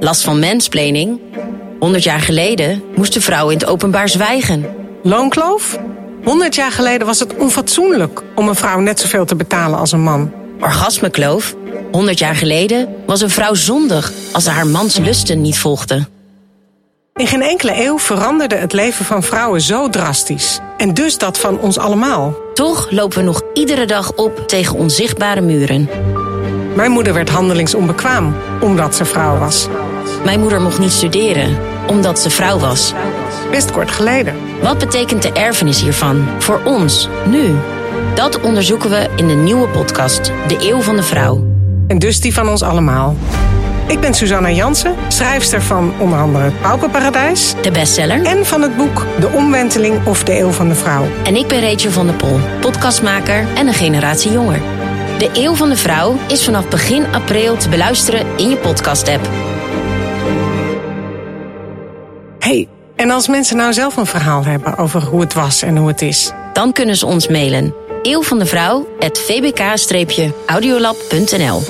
Last van mansplaining? 100 jaar geleden moesten vrouwen in het openbaar zwijgen. Loonkloof? 100 jaar geleden was het onfatsoenlijk om een vrouw net zoveel te betalen als een man. Orgasmekloof? 100 jaar geleden was een vrouw zondig als ze haar mans lusten niet volgde. In geen enkele eeuw veranderde het leven van vrouwen zo drastisch. En dus dat van ons allemaal. Toch lopen we nog iedere dag op tegen onzichtbare muren. Mijn moeder werd handelingsonbekwaam omdat ze vrouw was. Mijn moeder mocht niet studeren, omdat ze vrouw was. Best kort geleden. Wat betekent de erfenis hiervan voor ons, nu? Dat onderzoeken we in de nieuwe podcast, De Eeuw van de Vrouw. En dus die van ons allemaal. Ik ben Susanna Jansen, schrijfster van onder andere Het Pauperparadijs... De bestseller. en van het boek De Omwenteling of de Eeuw van de Vrouw. En ik ben Rachel van der Pol, podcastmaker en een generatie jonger. De Eeuw van de Vrouw is vanaf begin april te beluisteren in je podcast-app. hey, en als mensen nou zelf een verhaal hebben over hoe het was en hoe het is... Dan kunnen ze ons mailen. Eeuw van de Vrouw, at vbk-audiolab.nl